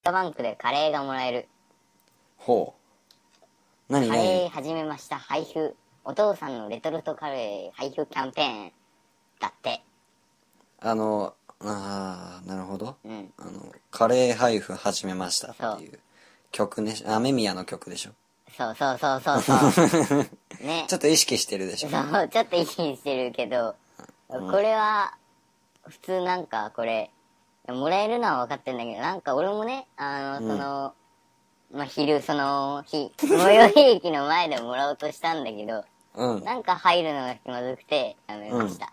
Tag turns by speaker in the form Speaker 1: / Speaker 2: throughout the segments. Speaker 1: ソフトバンクでカレーがもらえる。
Speaker 2: ほう。何
Speaker 1: カレー
Speaker 2: 何
Speaker 1: 始めました、配布。お父さんのレトルトカレー配布キャンペーン。だって。
Speaker 2: あの、ああ、なるほど。
Speaker 1: うん。
Speaker 2: あの、カレー配布始めましたっていう曲ね、雨宮の曲でしょ。
Speaker 1: そうそうそうそう そう。ね。
Speaker 2: ちょっと意識してるでしょ。
Speaker 1: そう、ちょっと意識してるけど、これは、普通なんかこれ、もらえるのは分かってんだけど、なんか俺もね、あの、その、まあ、昼、その日、最寄り駅の前でもらおうとしたんだけど、
Speaker 2: うん。
Speaker 1: なんか入るのが気まずくて、やめました。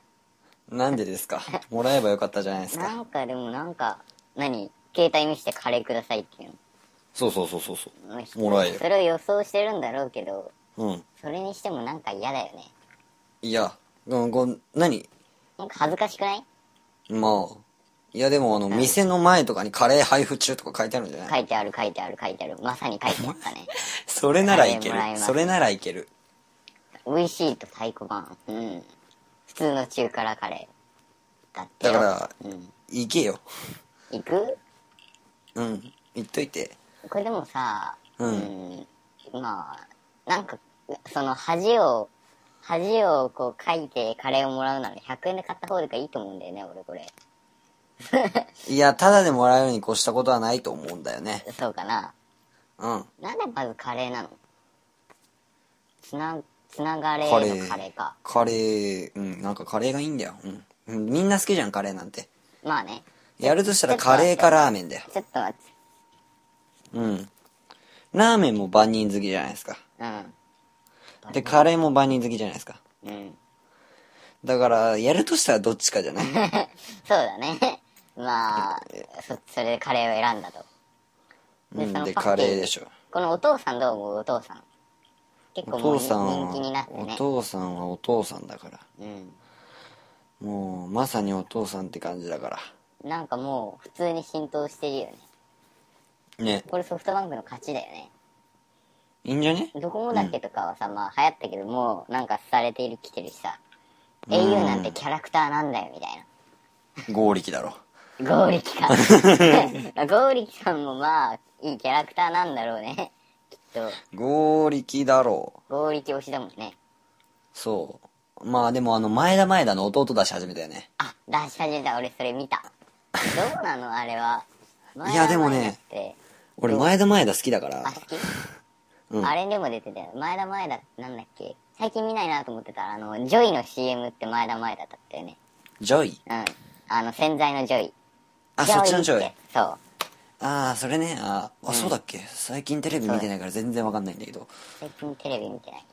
Speaker 2: なんでですかもらえばよかったじゃないです
Speaker 1: な
Speaker 2: か。
Speaker 1: んかでもなんか、何携帯見してカレーくださいっていう
Speaker 2: そうそうそうそうそ
Speaker 1: の。
Speaker 2: もらえる
Speaker 1: それを予想してるんだろうけど、
Speaker 2: う。うん。
Speaker 1: それにしてもなんか嫌だよね。
Speaker 2: いや、うんご何
Speaker 1: なんか恥ずかしくない
Speaker 2: まあ。いやでもあの、店の前とかにカレー配布中とか書いてあるんじゃない
Speaker 1: 書いてある書いてある書いてある。まさに書いてあった ね。
Speaker 2: それならいける
Speaker 1: カレーもらえ。ます
Speaker 2: それならいける。
Speaker 1: 美味しいと太鼓判うん普通の中辛カレーだって
Speaker 2: だ
Speaker 1: よ
Speaker 2: から、
Speaker 1: うん、
Speaker 2: 行けよ。
Speaker 1: 行く
Speaker 2: うん。行っといて。
Speaker 1: これでもさ
Speaker 2: うん
Speaker 1: うんまあなんかその恥を恥をこう書いてカレーをもらうなら100円で買った方がいいと思うんだよね俺これ
Speaker 2: いや、ただでもらえるに越したことはないと思うんだよね。
Speaker 1: そうかな
Speaker 2: うん。
Speaker 1: なんでまずカレーなのつなつながれの
Speaker 2: カ
Speaker 1: カ
Speaker 2: レ
Speaker 1: レ
Speaker 2: ー
Speaker 1: ーか
Speaker 2: カレー、うん、なんかカレーがいいんだよ。うんうん。みんな好きじゃん、カレーなんて。
Speaker 1: まあね
Speaker 2: やるとしたらカレーかラーメンだよ。
Speaker 1: ちょっと待って
Speaker 2: うん。ラーメンも万人好きじゃないですか。
Speaker 1: うん
Speaker 2: で、カレーも万人好きじゃないですか。
Speaker 1: うん
Speaker 2: だから、やるとしたらどっち かじゃない
Speaker 1: そうだね。 まあ、そそれでカレーを選んだと。
Speaker 2: う
Speaker 1: そ
Speaker 2: ん。
Speaker 1: の
Speaker 2: で、
Speaker 1: パ
Speaker 2: カ
Speaker 1: ッケージ
Speaker 2: レーでしょ。
Speaker 1: このお父さんどう思うお父さん。結
Speaker 2: お
Speaker 1: 構もう
Speaker 2: 父
Speaker 1: 人
Speaker 2: さん
Speaker 1: 人気にな
Speaker 2: は
Speaker 1: っ、て
Speaker 2: お
Speaker 1: ね。
Speaker 2: 父さんはお父さんだから。
Speaker 1: うん。
Speaker 2: もう、まさにお父さんって感じだから。
Speaker 1: なんかもう普通に浸透してるよね。
Speaker 2: ね。
Speaker 1: これソフトバンクの勝ちだよね。
Speaker 2: いいんじゃね
Speaker 1: ドコモだっけとかはさ、まあ流行ったけど、もうなんか廃れている来てるしさ。au なんてキャラクターなんだよみたいな。
Speaker 2: 合力だろ。
Speaker 1: 剛力か。 剛力さんもまあ、いいキャラクターなんだろうね。きっと、
Speaker 2: 合力だろう。
Speaker 1: 剛力推しだもんね。
Speaker 2: そう。まあでもあの、前田前田の弟出し始めたよね。
Speaker 1: あ、出し始めた。俺それ見た。どうなのあれは。
Speaker 2: いやでもね
Speaker 1: 前田前田って。
Speaker 2: 俺、前田前田好きだから
Speaker 1: あ、。好き、
Speaker 2: うん
Speaker 1: あれでも出てたよ。前田前田ってなんだっけ最近見ないなと思ってたら、あの、ジョイの CM って前田前田だったよね。
Speaker 2: ジョイ。
Speaker 1: うん。あの、洗剤のジョイ。
Speaker 2: あ、そっちのジョ
Speaker 1: っ
Speaker 2: イ
Speaker 1: て。。そう。
Speaker 2: ああ、それね。あー、あそうだっけ最近テレビ見てないから全然わかんないんだけど。
Speaker 1: 最近テレビ見てない。うん